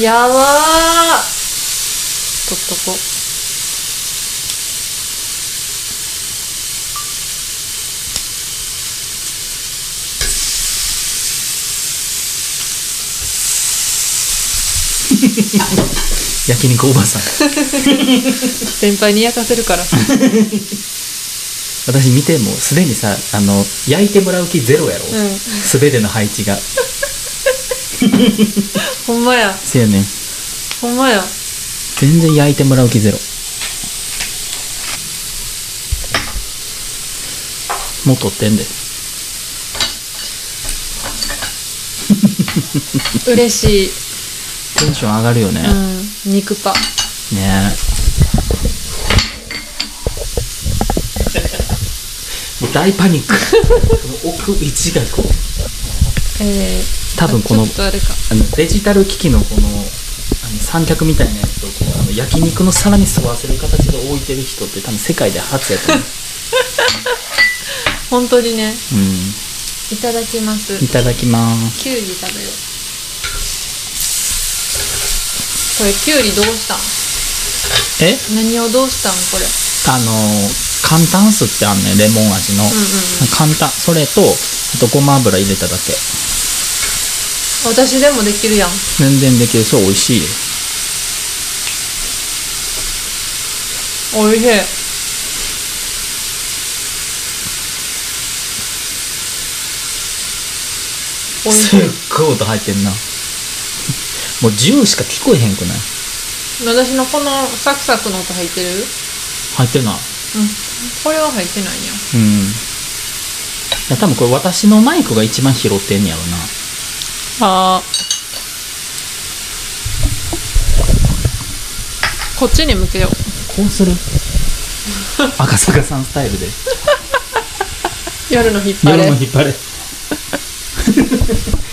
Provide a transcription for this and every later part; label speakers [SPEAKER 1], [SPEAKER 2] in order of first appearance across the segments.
[SPEAKER 1] やばー
[SPEAKER 2] 取っとこう
[SPEAKER 3] 焼肉おばさん
[SPEAKER 2] 先輩に焼かせるから
[SPEAKER 3] 私見てもうすでにさあの焼いてもらう気ゼロやろ、
[SPEAKER 2] うん
[SPEAKER 3] すべての配置が
[SPEAKER 2] ほんまや
[SPEAKER 3] せやねん
[SPEAKER 2] ほんまや
[SPEAKER 3] 全然焼いてもらう気ゼロもう取ってんで
[SPEAKER 2] 嬉しい、
[SPEAKER 3] テンション上がるよね、
[SPEAKER 2] うん、肉パ
[SPEAKER 3] ねえもう大パニックこの奥一がこう
[SPEAKER 2] えー、
[SPEAKER 3] 多分この
[SPEAKER 2] あちょっとあれか
[SPEAKER 3] あのデジタル機器のこのあの三脚みたいなやつをこうあの焼肉の皿に沿わせる形で置いてる人って多分世界で初やと思う、
[SPEAKER 2] 本当にね
[SPEAKER 3] う
[SPEAKER 2] いただきます
[SPEAKER 3] ん、いただきます
[SPEAKER 2] キュウリ食べようこれキュウリどうしたん
[SPEAKER 3] え
[SPEAKER 2] 何をどうしたんこれ
[SPEAKER 3] あの簡単酢ってあんねレモン味の、
[SPEAKER 2] うんうん
[SPEAKER 3] 簡単それとあとごま油入れただけ
[SPEAKER 2] 私でもできるやん
[SPEAKER 3] 全然できるそう美味しいよ
[SPEAKER 2] おいしいおい
[SPEAKER 3] す
[SPEAKER 2] しい
[SPEAKER 3] っごい音入ってんなもう10しか聞こえへんくない
[SPEAKER 2] 私のこのサクサクの音入ってる
[SPEAKER 3] 入ってな
[SPEAKER 2] う
[SPEAKER 3] い
[SPEAKER 2] んこれは入ってないんや
[SPEAKER 3] うんいや多分これ私のマイクが一番拾ってんねやろな
[SPEAKER 2] あこっちに向けよう
[SPEAKER 3] こ うする赤坂さんスタイルで
[SPEAKER 2] 夜の引っ張
[SPEAKER 3] 夜の
[SPEAKER 2] れ
[SPEAKER 3] 引っ張れ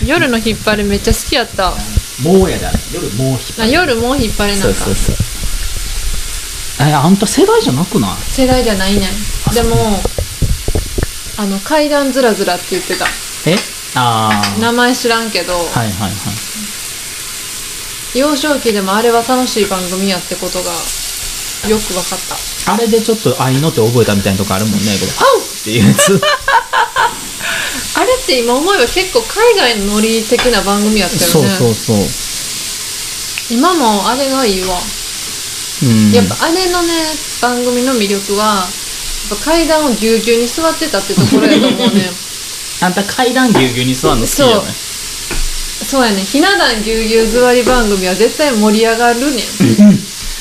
[SPEAKER 2] 夜の引っ張れめっちゃ好きやった
[SPEAKER 3] もうやだ夜もう引っ張
[SPEAKER 2] な夜も引っ張れなん
[SPEAKER 3] そう
[SPEAKER 2] か
[SPEAKER 3] そうそうえあんた世代じゃなくない
[SPEAKER 2] 世代じゃないねんでもあの階段ずらずらって言ってた
[SPEAKER 3] えああ
[SPEAKER 2] 名前知らんけど、
[SPEAKER 3] はいはいはい
[SPEAKER 2] 幼少期でもあれは楽しい番組やってことがよく分かった
[SPEAKER 3] あれでちょっとああいうのって覚えたみたいなとこあるもんねこれ「ハウ!」っていう やつ
[SPEAKER 2] あれって今思えば結構海外のノリ的な番組やったよね
[SPEAKER 3] そうそうそう
[SPEAKER 2] 今もあれがいいわ、
[SPEAKER 3] うん
[SPEAKER 2] やっぱあれのね番組の魅力はやっぱ階段をぎゅうぎゅうに座ってたってところやと思う ね
[SPEAKER 3] あんた階段ぎゅうぎゅうに座るの好きじゃない
[SPEAKER 2] そうやねひな壇ぎゅうぎゅう座り番組は絶対盛り上がるねん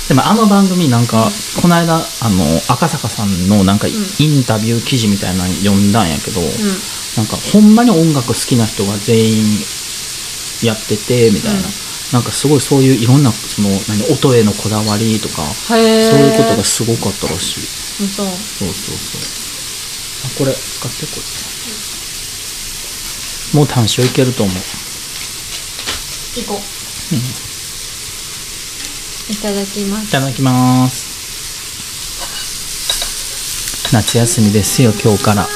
[SPEAKER 3] でもあの番組なんかこの間あの赤坂さんのなんかインタビュー記事みたいなの読んだんやけど、なんかほんまに音楽好きな人が全員やっててみたいな、
[SPEAKER 2] うん
[SPEAKER 3] なんかすごいそういういろんなその何音へのこだわりとか、
[SPEAKER 2] へえ
[SPEAKER 3] そういうことがすごかったらし
[SPEAKER 2] そ
[SPEAKER 3] い
[SPEAKER 2] う
[SPEAKER 3] そうそうそうあこれ使ってこれもう単勝いけると思う
[SPEAKER 2] 行こう、いただきま
[SPEAKER 3] い
[SPEAKER 2] す
[SPEAKER 3] ただきます夏休みですよ今日から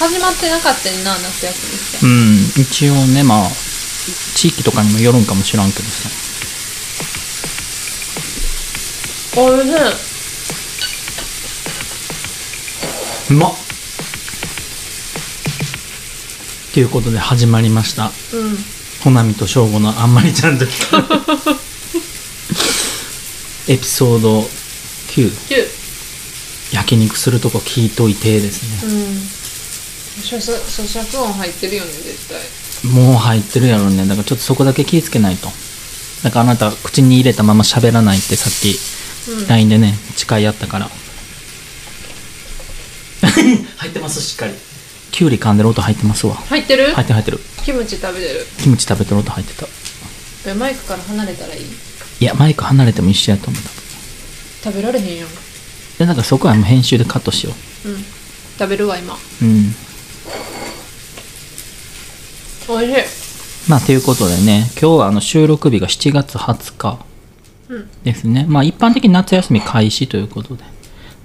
[SPEAKER 2] 始まってなかったよな夏休みって
[SPEAKER 3] うん一応ねまあ地域とかにもよるんかもしらんけどさ
[SPEAKER 2] おいし
[SPEAKER 3] うまっということで始まりました
[SPEAKER 2] いうん
[SPEAKER 3] ほなみとしょうごのあんまりちゃんと来た エピソード9
[SPEAKER 2] キュ
[SPEAKER 3] 焼肉するとこ聞いといてですね
[SPEAKER 2] うん咀嚼咀嚼音入ってるよね絶対
[SPEAKER 3] もう入ってるやろねだからちょっとそこだけ気ぃつけないとだからあなた口に入れたまま喋らないってさっき
[SPEAKER 2] うん
[SPEAKER 3] LINE でね誓い合ったから 入ってますしっかりきゅうり噛んでる音入ってますわ
[SPEAKER 2] 入ってる、
[SPEAKER 3] 入ってる入ってる
[SPEAKER 2] キムチ食べてる
[SPEAKER 3] キムチ食べてる音入ってた
[SPEAKER 2] これマイクから離れたらいい
[SPEAKER 3] いやマイク離れても一緒やと思った
[SPEAKER 2] 食べられへんやん
[SPEAKER 3] でだからそこはもう編集でカットしよ
[SPEAKER 2] うん食べるわ今
[SPEAKER 3] ううん
[SPEAKER 2] おいし
[SPEAKER 3] まあということでね今日はあの収録日が7月20日
[SPEAKER 2] うん
[SPEAKER 3] ですね、まあ一般的に夏休み開始ということで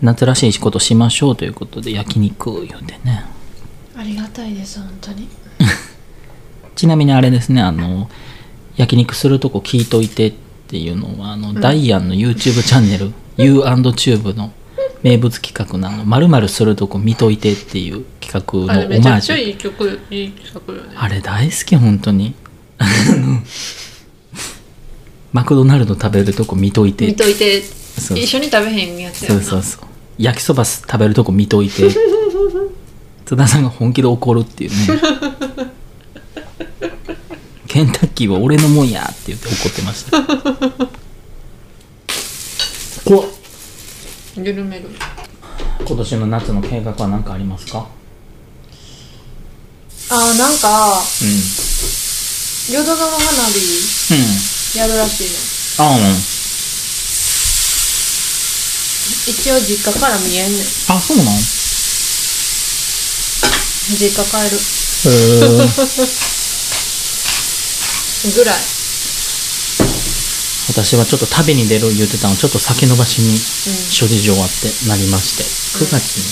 [SPEAKER 3] 夏らしいことしましょうということで焼肉を言うてね
[SPEAKER 2] ありがたいです本当に
[SPEAKER 3] ちなみにあれですねあの焼肉するとこ聞いといてっていうのはあの、ダイアンの YouTube チャンネル U&Tube の名物企画なの「まるするとこ見といて」っていう企画
[SPEAKER 2] あれ
[SPEAKER 3] の
[SPEAKER 2] め
[SPEAKER 3] オ
[SPEAKER 2] ちゃ
[SPEAKER 3] マー
[SPEAKER 2] くち
[SPEAKER 3] ジ
[SPEAKER 2] ゃ
[SPEAKER 3] ュ
[SPEAKER 2] いい曲いい曲よね
[SPEAKER 3] あれ大好き本当にあのマクドナルド食べるとこ見といて
[SPEAKER 2] 見といて
[SPEAKER 3] う
[SPEAKER 2] 一緒に食べへんやつや
[SPEAKER 3] そ
[SPEAKER 2] な
[SPEAKER 3] うそうそう焼きそば食べるとこ見とい て津田さんが本気で怒るっていうねケンタッキーは俺のもんやって言って怒ってました怖っ
[SPEAKER 2] 緩める
[SPEAKER 3] 今年の夏の計画は何かありますか
[SPEAKER 2] あーなんか
[SPEAKER 3] うん
[SPEAKER 2] 淀川花火
[SPEAKER 3] うん
[SPEAKER 2] やるらしいね
[SPEAKER 3] あうん
[SPEAKER 2] 一応実家から見えんねん
[SPEAKER 3] あそうなん
[SPEAKER 2] 実家帰る
[SPEAKER 3] へえ
[SPEAKER 2] ぐらい
[SPEAKER 3] 私はちょっと旅に出る言ってたのちょっと先延ばしに諸事情あってなりまして9月に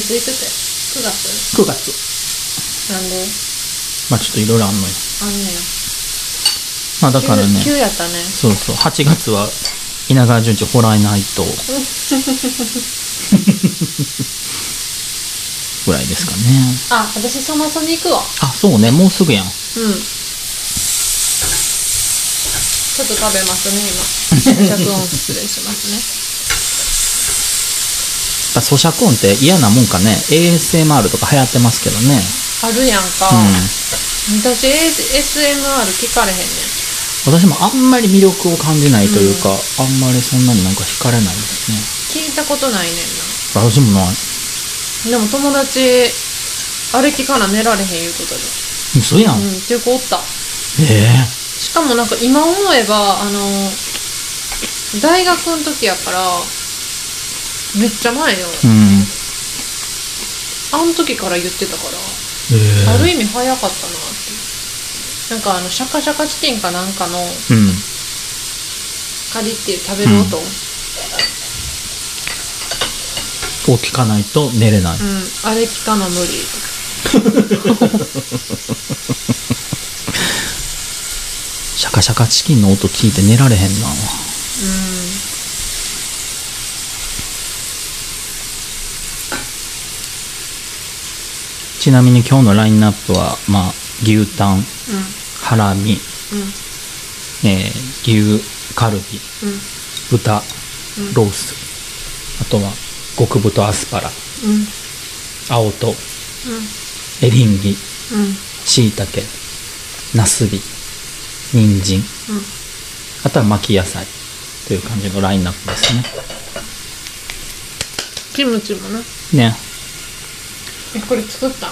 [SPEAKER 2] いつ行くて9月
[SPEAKER 3] 9月
[SPEAKER 2] なんで
[SPEAKER 3] まあちょっといろいろあんのよ
[SPEAKER 2] あんね
[SPEAKER 3] まあだ
[SPEAKER 2] や
[SPEAKER 3] からね
[SPEAKER 2] 急急やったね
[SPEAKER 3] そうそう8月は稲川淳二ホラーナイ トぐらいですかね
[SPEAKER 2] あ私サマソニ行くわ
[SPEAKER 3] あそうねもうすぐやん
[SPEAKER 2] うんちょっと食べますね 今着音失礼しますね
[SPEAKER 3] やっぱ咀嚼音って嫌なもんかね ASMR とか流行ってますけどね
[SPEAKER 2] あるやんか、
[SPEAKER 3] うん
[SPEAKER 2] 私 ASMR 聞かれへんねん
[SPEAKER 3] 私もあんまり魅力を感じないというか、あんまりそんなになんか惹かれないですね
[SPEAKER 2] 聞いたことないねん
[SPEAKER 3] 私もない
[SPEAKER 2] なでも友達あれ聞かな寝られへん言うことで
[SPEAKER 3] 嘘や
[SPEAKER 2] う
[SPEAKER 3] ん、
[SPEAKER 2] んっていう子おった
[SPEAKER 3] ええ
[SPEAKER 2] しかもなんか今思えばあの大学の時やからめっちゃ前よ
[SPEAKER 3] うん
[SPEAKER 2] あの時から言ってたから
[SPEAKER 3] ええ
[SPEAKER 2] ある意味早かったなってなんかあのシャカシャカチキンかなんかの
[SPEAKER 3] うん
[SPEAKER 2] カリっていう食べる音、うん
[SPEAKER 3] を聞かないと寝れない、
[SPEAKER 2] あれ聞かな無理
[SPEAKER 3] シャカシャカチキンの音聞いて寝られへんな
[SPEAKER 2] うん
[SPEAKER 3] ちなみに今日のラインナップは、まあ、牛タン、ハラミ、
[SPEAKER 2] うん
[SPEAKER 3] えー牛カル
[SPEAKER 2] う
[SPEAKER 3] ビ、
[SPEAKER 2] ん
[SPEAKER 3] 豚、ロース、あとは極太アスパラ、
[SPEAKER 2] うん
[SPEAKER 3] 青と
[SPEAKER 2] う
[SPEAKER 3] エリンギ、
[SPEAKER 2] んうん
[SPEAKER 3] しいたけ、ナスビ、人参、
[SPEAKER 2] うん
[SPEAKER 3] あとは巻き野菜という感じのラインナップです
[SPEAKER 2] キムチもな
[SPEAKER 3] ね。ね、
[SPEAKER 2] えこれ作ったん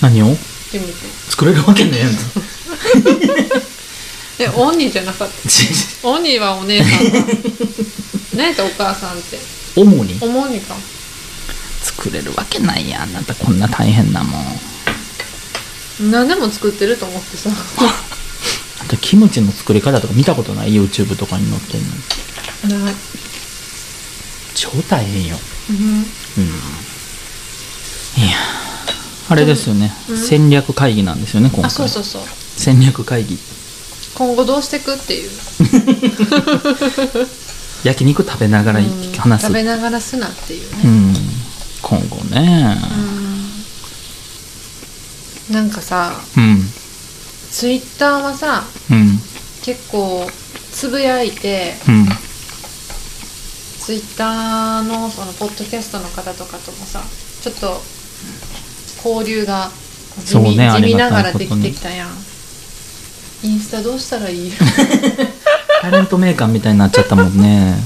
[SPEAKER 3] 何を
[SPEAKER 2] キムチ
[SPEAKER 3] 作れるわけねえの
[SPEAKER 2] えオニじゃなかったオニはお姉さんか何やったお母さんって
[SPEAKER 3] 主に
[SPEAKER 2] おもにか
[SPEAKER 3] 作れるわけないやんあなたこんな大変なもん。
[SPEAKER 2] 何でも作ってると思ってさ
[SPEAKER 3] あとキムチの作り方とか見たことない YouTube とかに載ってんの
[SPEAKER 2] ない
[SPEAKER 3] 超大変よ
[SPEAKER 2] うん
[SPEAKER 3] うんいやーあれですよね、戦略会議なんですよね今回
[SPEAKER 2] あそうそうそう
[SPEAKER 3] 戦略会議
[SPEAKER 2] 今後どうしてくっていう
[SPEAKER 3] 焼肉食べながら話す、
[SPEAKER 2] 食
[SPEAKER 3] うん
[SPEAKER 2] べながらすなっていうね、
[SPEAKER 3] 今後ね
[SPEAKER 2] なんかさ
[SPEAKER 3] うん
[SPEAKER 2] ツイッターはさ
[SPEAKER 3] うん
[SPEAKER 2] 結構つぶやいて
[SPEAKER 3] うん
[SPEAKER 2] ツイッターのそのポッドキャストの方とかともさちょっと交流が地
[SPEAKER 3] そう
[SPEAKER 2] 味,、
[SPEAKER 3] ねあ
[SPEAKER 2] 地
[SPEAKER 3] り
[SPEAKER 2] 味
[SPEAKER 3] が
[SPEAKER 2] なが
[SPEAKER 3] たい
[SPEAKER 2] ら
[SPEAKER 3] こと
[SPEAKER 2] で
[SPEAKER 3] に
[SPEAKER 2] きてきたやん、インスタどうしたら いい
[SPEAKER 3] タレントメーカーみたいになっちゃったもんね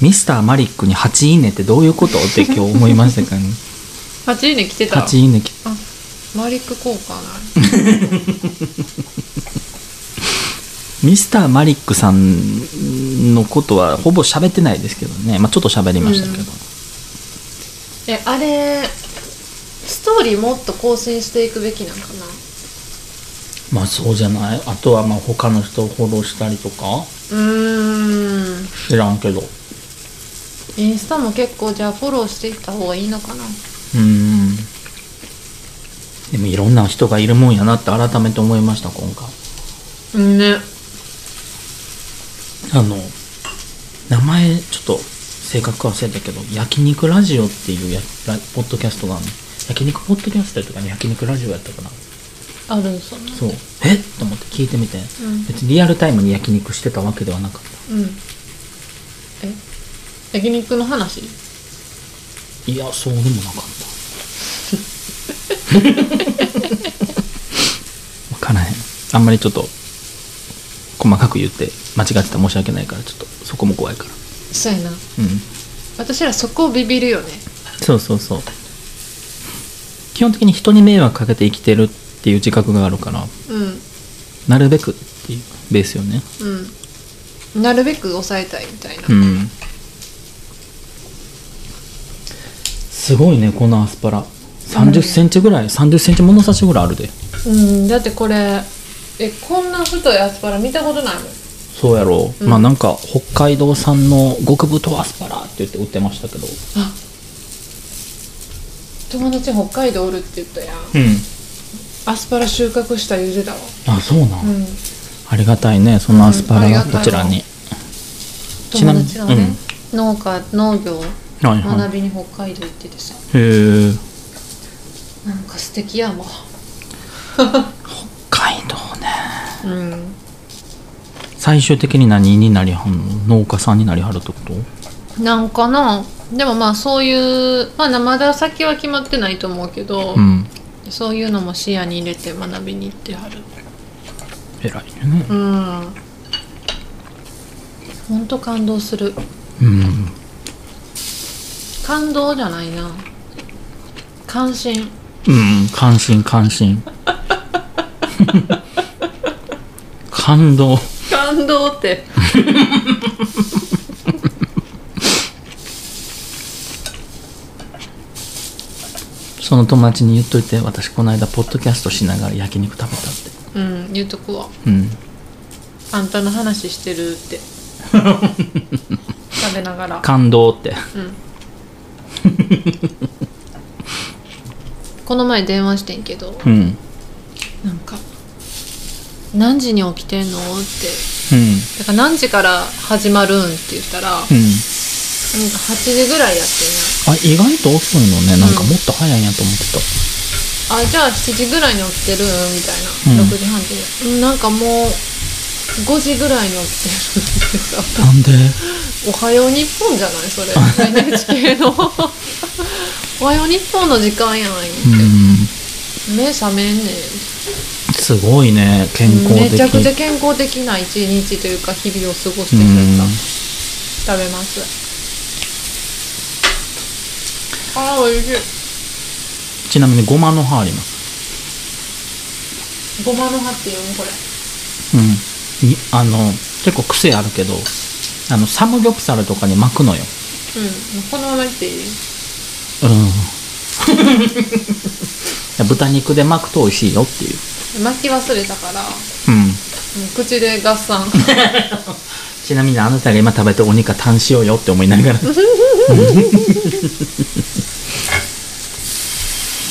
[SPEAKER 3] ミスターマリックに8いいねってどういうことって今日思いました けど、ね、
[SPEAKER 2] 8位に来てた
[SPEAKER 3] 8いいねき
[SPEAKER 2] あマリック効果ない
[SPEAKER 3] ミスターマリックさんのことはほぼ喋ってないですけどね、まあ、ちょっと喋りましたけど、
[SPEAKER 2] えあれストーリーもっと更新していくべきなんかな
[SPEAKER 3] まあそうじゃないあとはまあ他の人をフォローしたりとか
[SPEAKER 2] うーん
[SPEAKER 3] 知らんけどう
[SPEAKER 2] インスタも結構じゃあフォローしていった方がいいのかな
[SPEAKER 3] ーんでもいろんな人がいるもんやなって改めて思いました今回
[SPEAKER 2] うんね
[SPEAKER 3] あの名前ちょっと正確忘れたけど焼肉ラジオっていうやラポッドキャストがあるの焼肉ポッドキャストとかね焼肉ラジオやったかな
[SPEAKER 2] あるんそんな
[SPEAKER 3] そうえっと思って聞いてみて、
[SPEAKER 2] ん
[SPEAKER 3] 別にリアルタイムに焼肉してたわけではなかった
[SPEAKER 2] うんえ焼肉の話
[SPEAKER 3] いやそうでも なかった分からへんあんまりちょっと細かく言って間違ってたら申し訳ないからちょっとそこも怖いから
[SPEAKER 2] そうやな
[SPEAKER 3] うん
[SPEAKER 2] 私らそこをビビるよね
[SPEAKER 3] そうそうそう基本的に人に迷惑かけて生きてるっていう自覚があるから
[SPEAKER 2] うん
[SPEAKER 3] なるべくっていうベースよね
[SPEAKER 2] うんなるべく抑えたいみたいな、
[SPEAKER 3] うんすごいねこのアスパラ3 0ンチぐらい3 0ンチ物差しぐらいあるで
[SPEAKER 2] うん、だってこれえこんな太いアスパラ見たことないもん
[SPEAKER 3] そうやろう、まあなんか北海道産の極太アスパラって言って売ってましたけど
[SPEAKER 2] あ友達北海道おるって言ったやん
[SPEAKER 3] うん
[SPEAKER 2] アスパラ収穫した言うてたわ
[SPEAKER 3] あそうなん、
[SPEAKER 2] うん
[SPEAKER 3] ありがたいねそのアスパラ
[SPEAKER 2] うんあ
[SPEAKER 3] が
[SPEAKER 2] りがたい
[SPEAKER 3] こちらに、ちな
[SPEAKER 2] 友
[SPEAKER 3] みに
[SPEAKER 2] 達がね、農家農業
[SPEAKER 3] はいはい
[SPEAKER 2] 学びに北海道行っててさ
[SPEAKER 3] へえ
[SPEAKER 2] なんか素敵やわ
[SPEAKER 3] 北海道ね
[SPEAKER 2] うん
[SPEAKER 3] 最終的に何になりはんの農家さんになりはるってこと
[SPEAKER 2] なんかなでもまあそういうまあまだ先は決まってないと思うけど、
[SPEAKER 3] うん
[SPEAKER 2] そういうのも視野に入れて学びに行ってはる
[SPEAKER 3] 偉いね
[SPEAKER 2] うんほんと感動する
[SPEAKER 3] うん
[SPEAKER 2] 感動じゃないな関心
[SPEAKER 3] うん感心感心感動
[SPEAKER 2] 感動って
[SPEAKER 3] その友達に言っといて私この間ポッドキャストしながら焼肉食べたっ
[SPEAKER 2] うん言うとくわ
[SPEAKER 3] てうん
[SPEAKER 2] あんたの話してるって食べながら
[SPEAKER 3] 感動って
[SPEAKER 2] この前電話してんけど
[SPEAKER 3] うんうん
[SPEAKER 2] なんか「何時に起きてんの?」って「だから何時から始まるん?」って言ったらなんか
[SPEAKER 3] うん
[SPEAKER 2] 8時ぐらいやってんや
[SPEAKER 3] あ意外と遅いのねなんかもっと早いんやと思ってた
[SPEAKER 2] あじゃあ7時ぐらいに起きてるみたいな、
[SPEAKER 3] うん
[SPEAKER 2] 6時半ってうんなんかもう5時ぐらいに起きてるってさ「
[SPEAKER 3] なんで
[SPEAKER 2] おはよう日本」じゃないそれ NHK の「おはよう日本」の時間やん
[SPEAKER 3] うん
[SPEAKER 2] 目覚めんね
[SPEAKER 3] すごいね健
[SPEAKER 2] ん
[SPEAKER 3] 康的
[SPEAKER 2] めちゃくちゃ健康的な一日というか日々を過ごしてくれ
[SPEAKER 3] うん
[SPEAKER 2] た食べますあー美味し
[SPEAKER 3] ちなみにごまの葉あります
[SPEAKER 2] いごまの葉って読むこれ
[SPEAKER 3] うん、にあの結構癖あるけどあのサムギョプサルとかに巻くのよ、
[SPEAKER 2] うんもうこのままいっていい
[SPEAKER 3] うん、いや 豚肉で巻くと美味しいよっていう、
[SPEAKER 2] 巻き忘れたから
[SPEAKER 3] うん、
[SPEAKER 2] もう口で合算
[SPEAKER 3] ちなみにあなたが今食べてお肉はタンしようよって思いな がらね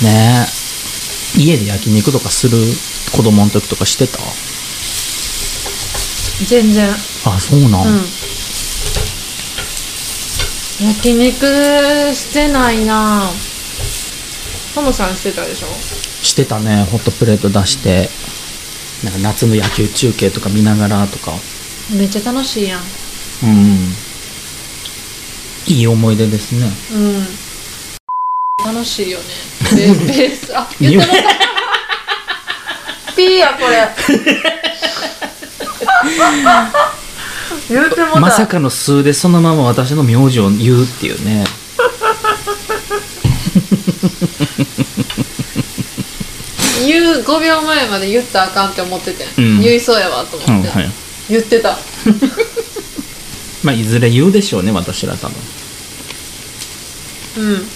[SPEAKER 3] え家で焼肉とかする子供の時とかしてた
[SPEAKER 2] 全然うん
[SPEAKER 3] あそうなん、
[SPEAKER 2] 焼肉してないなトムさんしてたでしょ
[SPEAKER 3] してたねホットプレート出してなんか夏の野球中継とか見ながらとか
[SPEAKER 2] めっちゃ楽しいやん
[SPEAKER 3] うん。いい思い出ですね。
[SPEAKER 2] うん楽しい よねベベースあ言ったのかピーやこ れ言うても
[SPEAKER 3] ま
[SPEAKER 2] た
[SPEAKER 3] さかの数でそのまま私の名字を言うっていうね。
[SPEAKER 2] 言う5秒前まで言ったらあかんって思ってて、
[SPEAKER 3] うん
[SPEAKER 2] 言いそうやわと思って、
[SPEAKER 3] はい。
[SPEAKER 2] 言ってた
[SPEAKER 3] まあ、いずれ言うでしょうね、私ら多分。
[SPEAKER 2] うん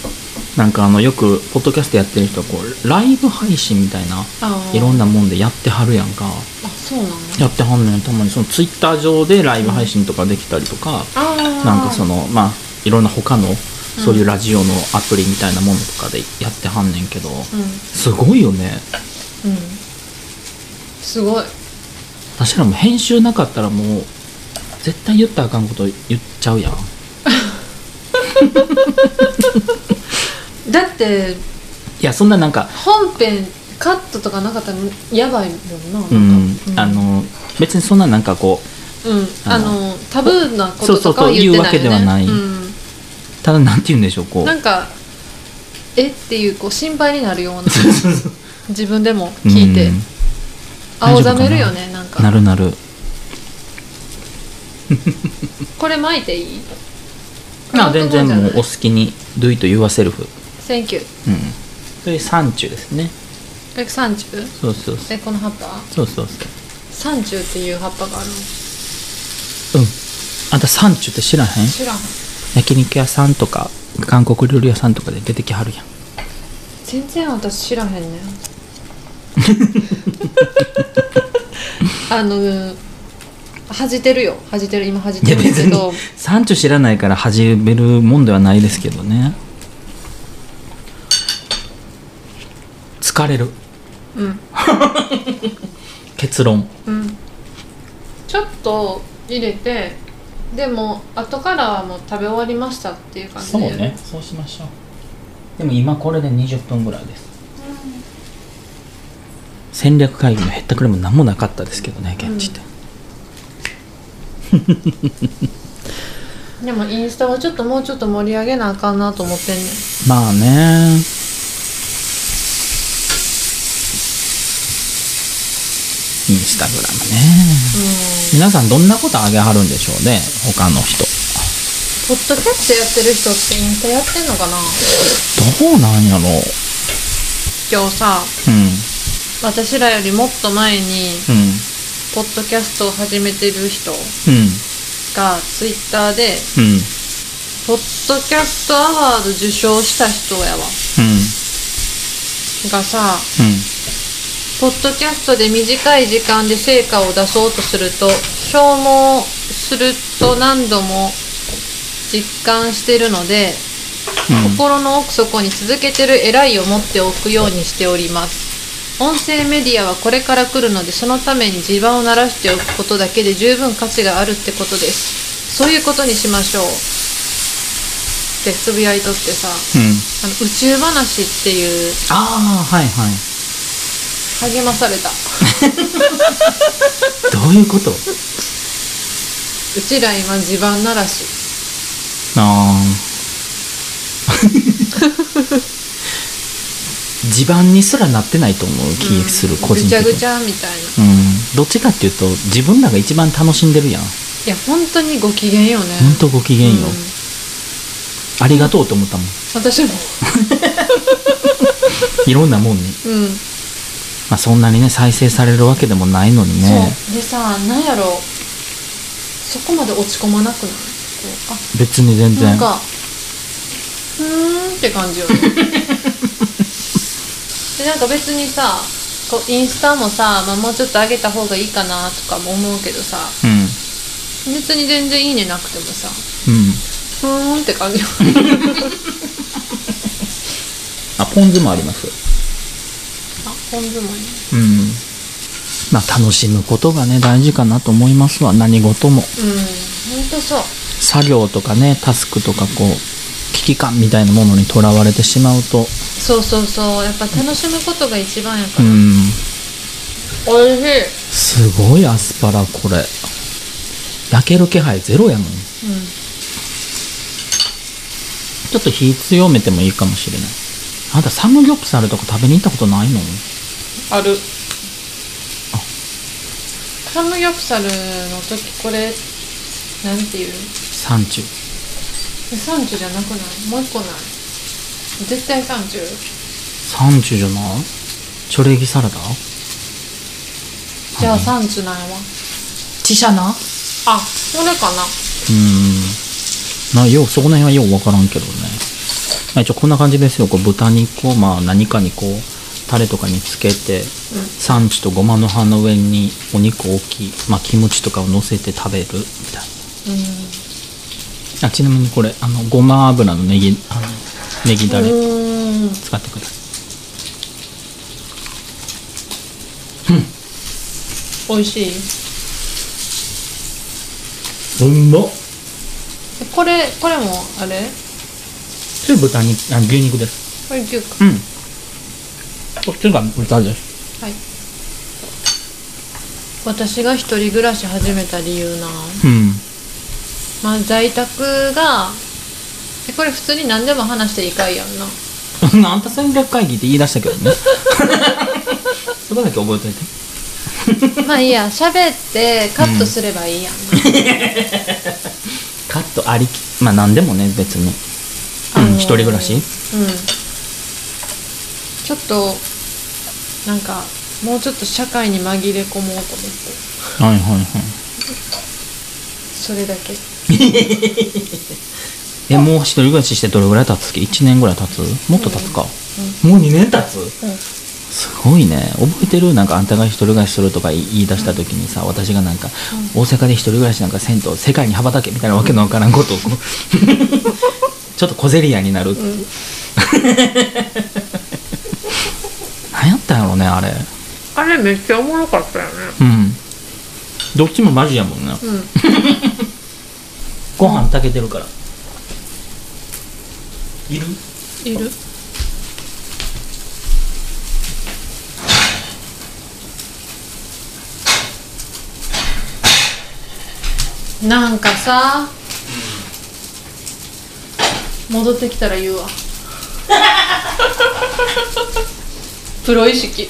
[SPEAKER 3] なんかあの、よく、ポッドキャストやってる人は、こう、ライブ配信みたいな、
[SPEAKER 2] あー
[SPEAKER 3] いろんなもんでやってはるやんか。
[SPEAKER 2] あそうなの
[SPEAKER 3] やってはんのよ、たまに。その、ツイッター上でライブ配信とかできたりとか、
[SPEAKER 2] ああ
[SPEAKER 3] なんかその、まあ、いろんな他のそういうラジオのアプリみたいなものとかでやってはんねんけど、
[SPEAKER 2] うん
[SPEAKER 3] すごいよね
[SPEAKER 2] うんすごい
[SPEAKER 3] 私らも編集なかったらもう絶対言ったらあかんこと言っちゃうやん
[SPEAKER 2] だって
[SPEAKER 3] いやそんななんか
[SPEAKER 2] 本編カットとかなかったらやばいもんななんか
[SPEAKER 3] うん、あの別にそんななんかこ
[SPEAKER 2] うんあのタブーなこ
[SPEAKER 3] そう
[SPEAKER 2] と
[SPEAKER 3] そう
[SPEAKER 2] とか
[SPEAKER 3] そ
[SPEAKER 2] は
[SPEAKER 3] う
[SPEAKER 2] 言ってないよね
[SPEAKER 3] 言うわけではない
[SPEAKER 2] うん
[SPEAKER 3] うただなんて言うんでしょうこう
[SPEAKER 2] なんかえっていうこう心配になるような自分でも聞いて
[SPEAKER 3] うん
[SPEAKER 2] 青ざめるよねなんか
[SPEAKER 3] なるなる
[SPEAKER 2] これ巻いていい
[SPEAKER 3] まあ全然もうお
[SPEAKER 2] う
[SPEAKER 3] 好きに「Do it yourself」
[SPEAKER 2] Thank you
[SPEAKER 3] うんそれ三中ですね
[SPEAKER 2] え30
[SPEAKER 3] そうそうそう
[SPEAKER 2] えこの葉っぱ
[SPEAKER 3] そうそう
[SPEAKER 2] 30っていう葉っぱがあるの
[SPEAKER 3] そううんあんた三中って知らへん
[SPEAKER 2] 知らん
[SPEAKER 3] 焼肉屋さんとか韓国料理屋さんとかで出てきはるやん
[SPEAKER 2] 全然私知らへんねん あの恥じてるよ恥じてる今恥じ
[SPEAKER 3] い
[SPEAKER 2] て
[SPEAKER 3] や
[SPEAKER 2] るんで
[SPEAKER 3] 別
[SPEAKER 2] すけど
[SPEAKER 3] に三中知らないから始めるもんではないですけどね疲れる
[SPEAKER 2] うん
[SPEAKER 3] 結論
[SPEAKER 2] うんちょっと入れてでも後からはもう食べ終わりましたっていう感じで
[SPEAKER 3] そうしましょうでも今これで20分ぐらいです、戦略会議もへったくれも何もなかったですけどね現地で、
[SPEAKER 2] でもインスタはちょっともうちょっと盛り上げなあかんなと思ってんねん
[SPEAKER 3] まあねインスタグラムね
[SPEAKER 2] うん
[SPEAKER 3] 皆さんどんなことあげはるんでしょうね他の人
[SPEAKER 2] ポッドキャストやってる人ってインスタやってんのかな
[SPEAKER 3] どうなんやろう
[SPEAKER 2] 今日さ
[SPEAKER 3] うん
[SPEAKER 2] 私らよりもっと前に
[SPEAKER 3] うん
[SPEAKER 2] ポッドキャストを始めてる人
[SPEAKER 3] うん
[SPEAKER 2] がツイッターで
[SPEAKER 3] うんうん
[SPEAKER 2] 「ポッドキャストアワード受賞した人やわ」がさポッドキャストで短い時間で成果を出そうとすると消耗すると何度も実感してるので
[SPEAKER 3] うん
[SPEAKER 2] 心の奥底に続けてる偉いを持っておくようにしております音声メディアはこれから来るのでそのために地盤を鳴らしておくことだけで十分価値があるってことですそういうことにしましょうってつぶやいとってさ
[SPEAKER 3] うん
[SPEAKER 2] あの宇宙話っていう
[SPEAKER 3] ああはいはい
[SPEAKER 2] 励まされた
[SPEAKER 3] どういうこと
[SPEAKER 2] うちら今地盤鳴らし
[SPEAKER 3] あー地盤にすらなってないと思う気する、
[SPEAKER 2] ぐ
[SPEAKER 3] 個人
[SPEAKER 2] ちゃ
[SPEAKER 3] 的に
[SPEAKER 2] ぐちゃみたいな
[SPEAKER 3] うん、どっちかっていうと自分らが一番楽しんでるやんほ
[SPEAKER 2] いや本当にご機嫌よね
[SPEAKER 3] んとご機嫌よ、
[SPEAKER 2] うん
[SPEAKER 3] ありがとうと思ったもん
[SPEAKER 2] 私も
[SPEAKER 3] いろんなもんに、
[SPEAKER 2] うん、
[SPEAKER 3] まあ、そんなにね再生されるわけでもないのにね
[SPEAKER 2] そうでさなんやろそこまで落ち込まなくないこうあ
[SPEAKER 3] 別に全
[SPEAKER 2] な
[SPEAKER 3] 然
[SPEAKER 2] んか、うーんって感じよね。 で、なんか別にさ、こうインスタもさ、まあ、もうちょっと上げた方がいいかなとかも思うけどさ、
[SPEAKER 3] うんうん
[SPEAKER 2] 別に全然いいねなくてもさ、ふーんって感じよ。
[SPEAKER 3] あポン酢もあります
[SPEAKER 2] あ、ポン酢もいい。
[SPEAKER 3] うんまあ楽しむことがね大事かなと思いますわ何事も
[SPEAKER 2] うん、ほんとそう。
[SPEAKER 3] 作業とかねタスクとかこう危機感みたいなものにとらわれてしまうと
[SPEAKER 2] そうそうそう、やっぱ楽しむことが一番やか
[SPEAKER 3] う
[SPEAKER 2] ら。
[SPEAKER 3] ん
[SPEAKER 2] おいし
[SPEAKER 3] すごいアスパラこれ焼ける気配ゼロやもん
[SPEAKER 2] い。うん。
[SPEAKER 3] ちょっと火強めてもいいかもしれないあんたサムギョプサルとか食べに行ったことないの
[SPEAKER 2] あるサムギョプサルの時これなんていう
[SPEAKER 3] 産地
[SPEAKER 2] サンチュじゃなくないもう一個ない絶対サンチュ
[SPEAKER 3] 産地じゃないチョレギサラダ
[SPEAKER 2] じゃあサンチュなんやわ
[SPEAKER 3] チシャナう
[SPEAKER 2] あこれかな
[SPEAKER 3] ーんまあようそこら辺はよう分からんけどねまあ一応こんな感じですよこう豚肉をまあ何かにこうタレとかにつけて、産地とごまの葉の上にお肉を置き、まあ、キムチとかを乗せて食べるみたいな
[SPEAKER 2] うん
[SPEAKER 3] あちなみにこれあのごま油のネギあのネギだれ
[SPEAKER 2] うん
[SPEAKER 3] 使ってくださ
[SPEAKER 2] 美味しい
[SPEAKER 3] いうんまっ
[SPEAKER 2] えこれこれもあれ
[SPEAKER 3] それ豚肉あ牛肉です
[SPEAKER 2] これ牛か
[SPEAKER 3] うんこっちが豚です
[SPEAKER 2] はい私が一人暮らし始めた理由な
[SPEAKER 3] うん
[SPEAKER 2] まあ在宅がえこれ普通に何でも話していいかいや んな
[SPEAKER 3] あんた戦略会議って言い出したけどね そこだけ覚えといて
[SPEAKER 2] まあいいや喋ってカットすればいいやんな、
[SPEAKER 3] カットありきまあ何でもね別にうん
[SPEAKER 2] あのー
[SPEAKER 3] 一人暮らし
[SPEAKER 2] うんちょっとなんかもうちょっと社会に紛れ込もうと思って
[SPEAKER 3] はいはいはい
[SPEAKER 2] それだけ
[SPEAKER 3] えもう一人暮らししてどれぐらい経つき1年ぐらい経つもっと経つか、もう2年経つ
[SPEAKER 2] うん
[SPEAKER 3] すごいね覚えてるなんかあんたが一人暮らしするとか言い言い出した時にさ私がなんか、大阪で一人暮らしなんかせんと世界に羽ばたけみたいなわけのわからんことをこう ちょっと小競り合いになるって、なん、 何やったんやろうねあれ
[SPEAKER 2] あれめっちゃおもろかったよね
[SPEAKER 3] うんどっちもマジやもんな、
[SPEAKER 2] ん
[SPEAKER 3] ご飯炊けてるからいる
[SPEAKER 2] いるなんかさ戻ってきたら言うわ プロ意識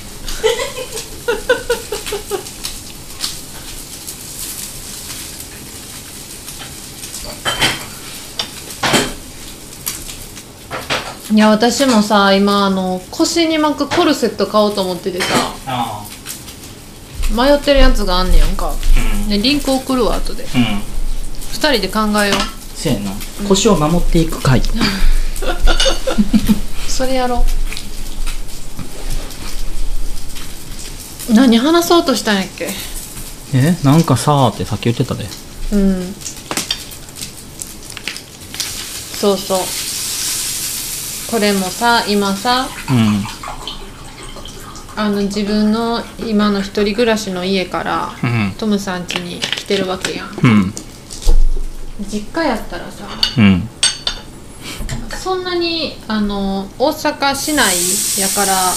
[SPEAKER 2] いや私もさ今あの腰に巻くコルセット買おうと思っててさ
[SPEAKER 3] ああ
[SPEAKER 2] 迷ってるやつがあんねやんか
[SPEAKER 3] うん
[SPEAKER 2] でリンク送るわ後で
[SPEAKER 3] うん
[SPEAKER 2] 二人で考えよ
[SPEAKER 3] せやな腰を守っていく会
[SPEAKER 2] うそれやろう何話そうとしたんやっけ
[SPEAKER 3] えなんかさーってさっき言ってたで
[SPEAKER 2] うんそうそうこれもさ今さ
[SPEAKER 3] うん
[SPEAKER 2] あの自分の今の一人暮らしの家から、
[SPEAKER 3] うん
[SPEAKER 2] トムさん家に来てるわけやん
[SPEAKER 3] うん
[SPEAKER 2] 実家やったらさ
[SPEAKER 3] うん
[SPEAKER 2] そんなにあの大阪市内やから
[SPEAKER 3] うん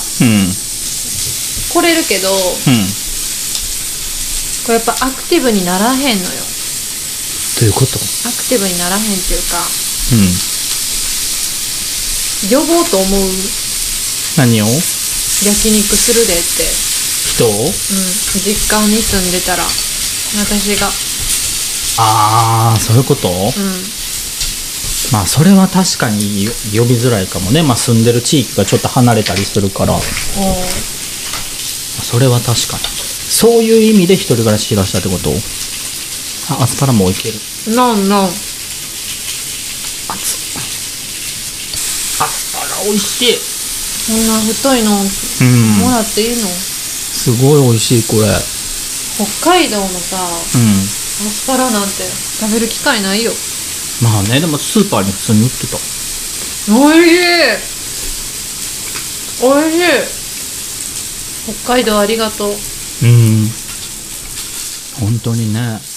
[SPEAKER 2] 来れるけど
[SPEAKER 3] うん
[SPEAKER 2] これやっぱアクティブにならへんのよ
[SPEAKER 3] どういうこと
[SPEAKER 2] アクティブにならへんっていうか
[SPEAKER 3] うん
[SPEAKER 2] 呼ぼうと思う
[SPEAKER 3] 何を
[SPEAKER 2] 焼肉するでって、
[SPEAKER 3] 人を
[SPEAKER 2] うん、実家に住んでたら私が
[SPEAKER 3] ああそういうこと、
[SPEAKER 2] う
[SPEAKER 3] まあそれは確かに呼びづらいかもねまあ住んでる地域がちょっと離れたりするから
[SPEAKER 2] んお
[SPEAKER 3] それは確かにそういう意味で一人暮らししだしたってことあアスパラもういける
[SPEAKER 2] ーノンノン
[SPEAKER 3] 熱アスパラ美味し
[SPEAKER 2] こんな太いの
[SPEAKER 3] いうん
[SPEAKER 2] もらっていいの、
[SPEAKER 3] すごい美味しいこれう
[SPEAKER 2] 北海道のさ
[SPEAKER 3] ん
[SPEAKER 2] アスパラなんて食べる機会ないよ
[SPEAKER 3] まあねでもスーパーに普通に売ってた
[SPEAKER 2] おいしいおいしい北海道ありがとう
[SPEAKER 3] うん本当にね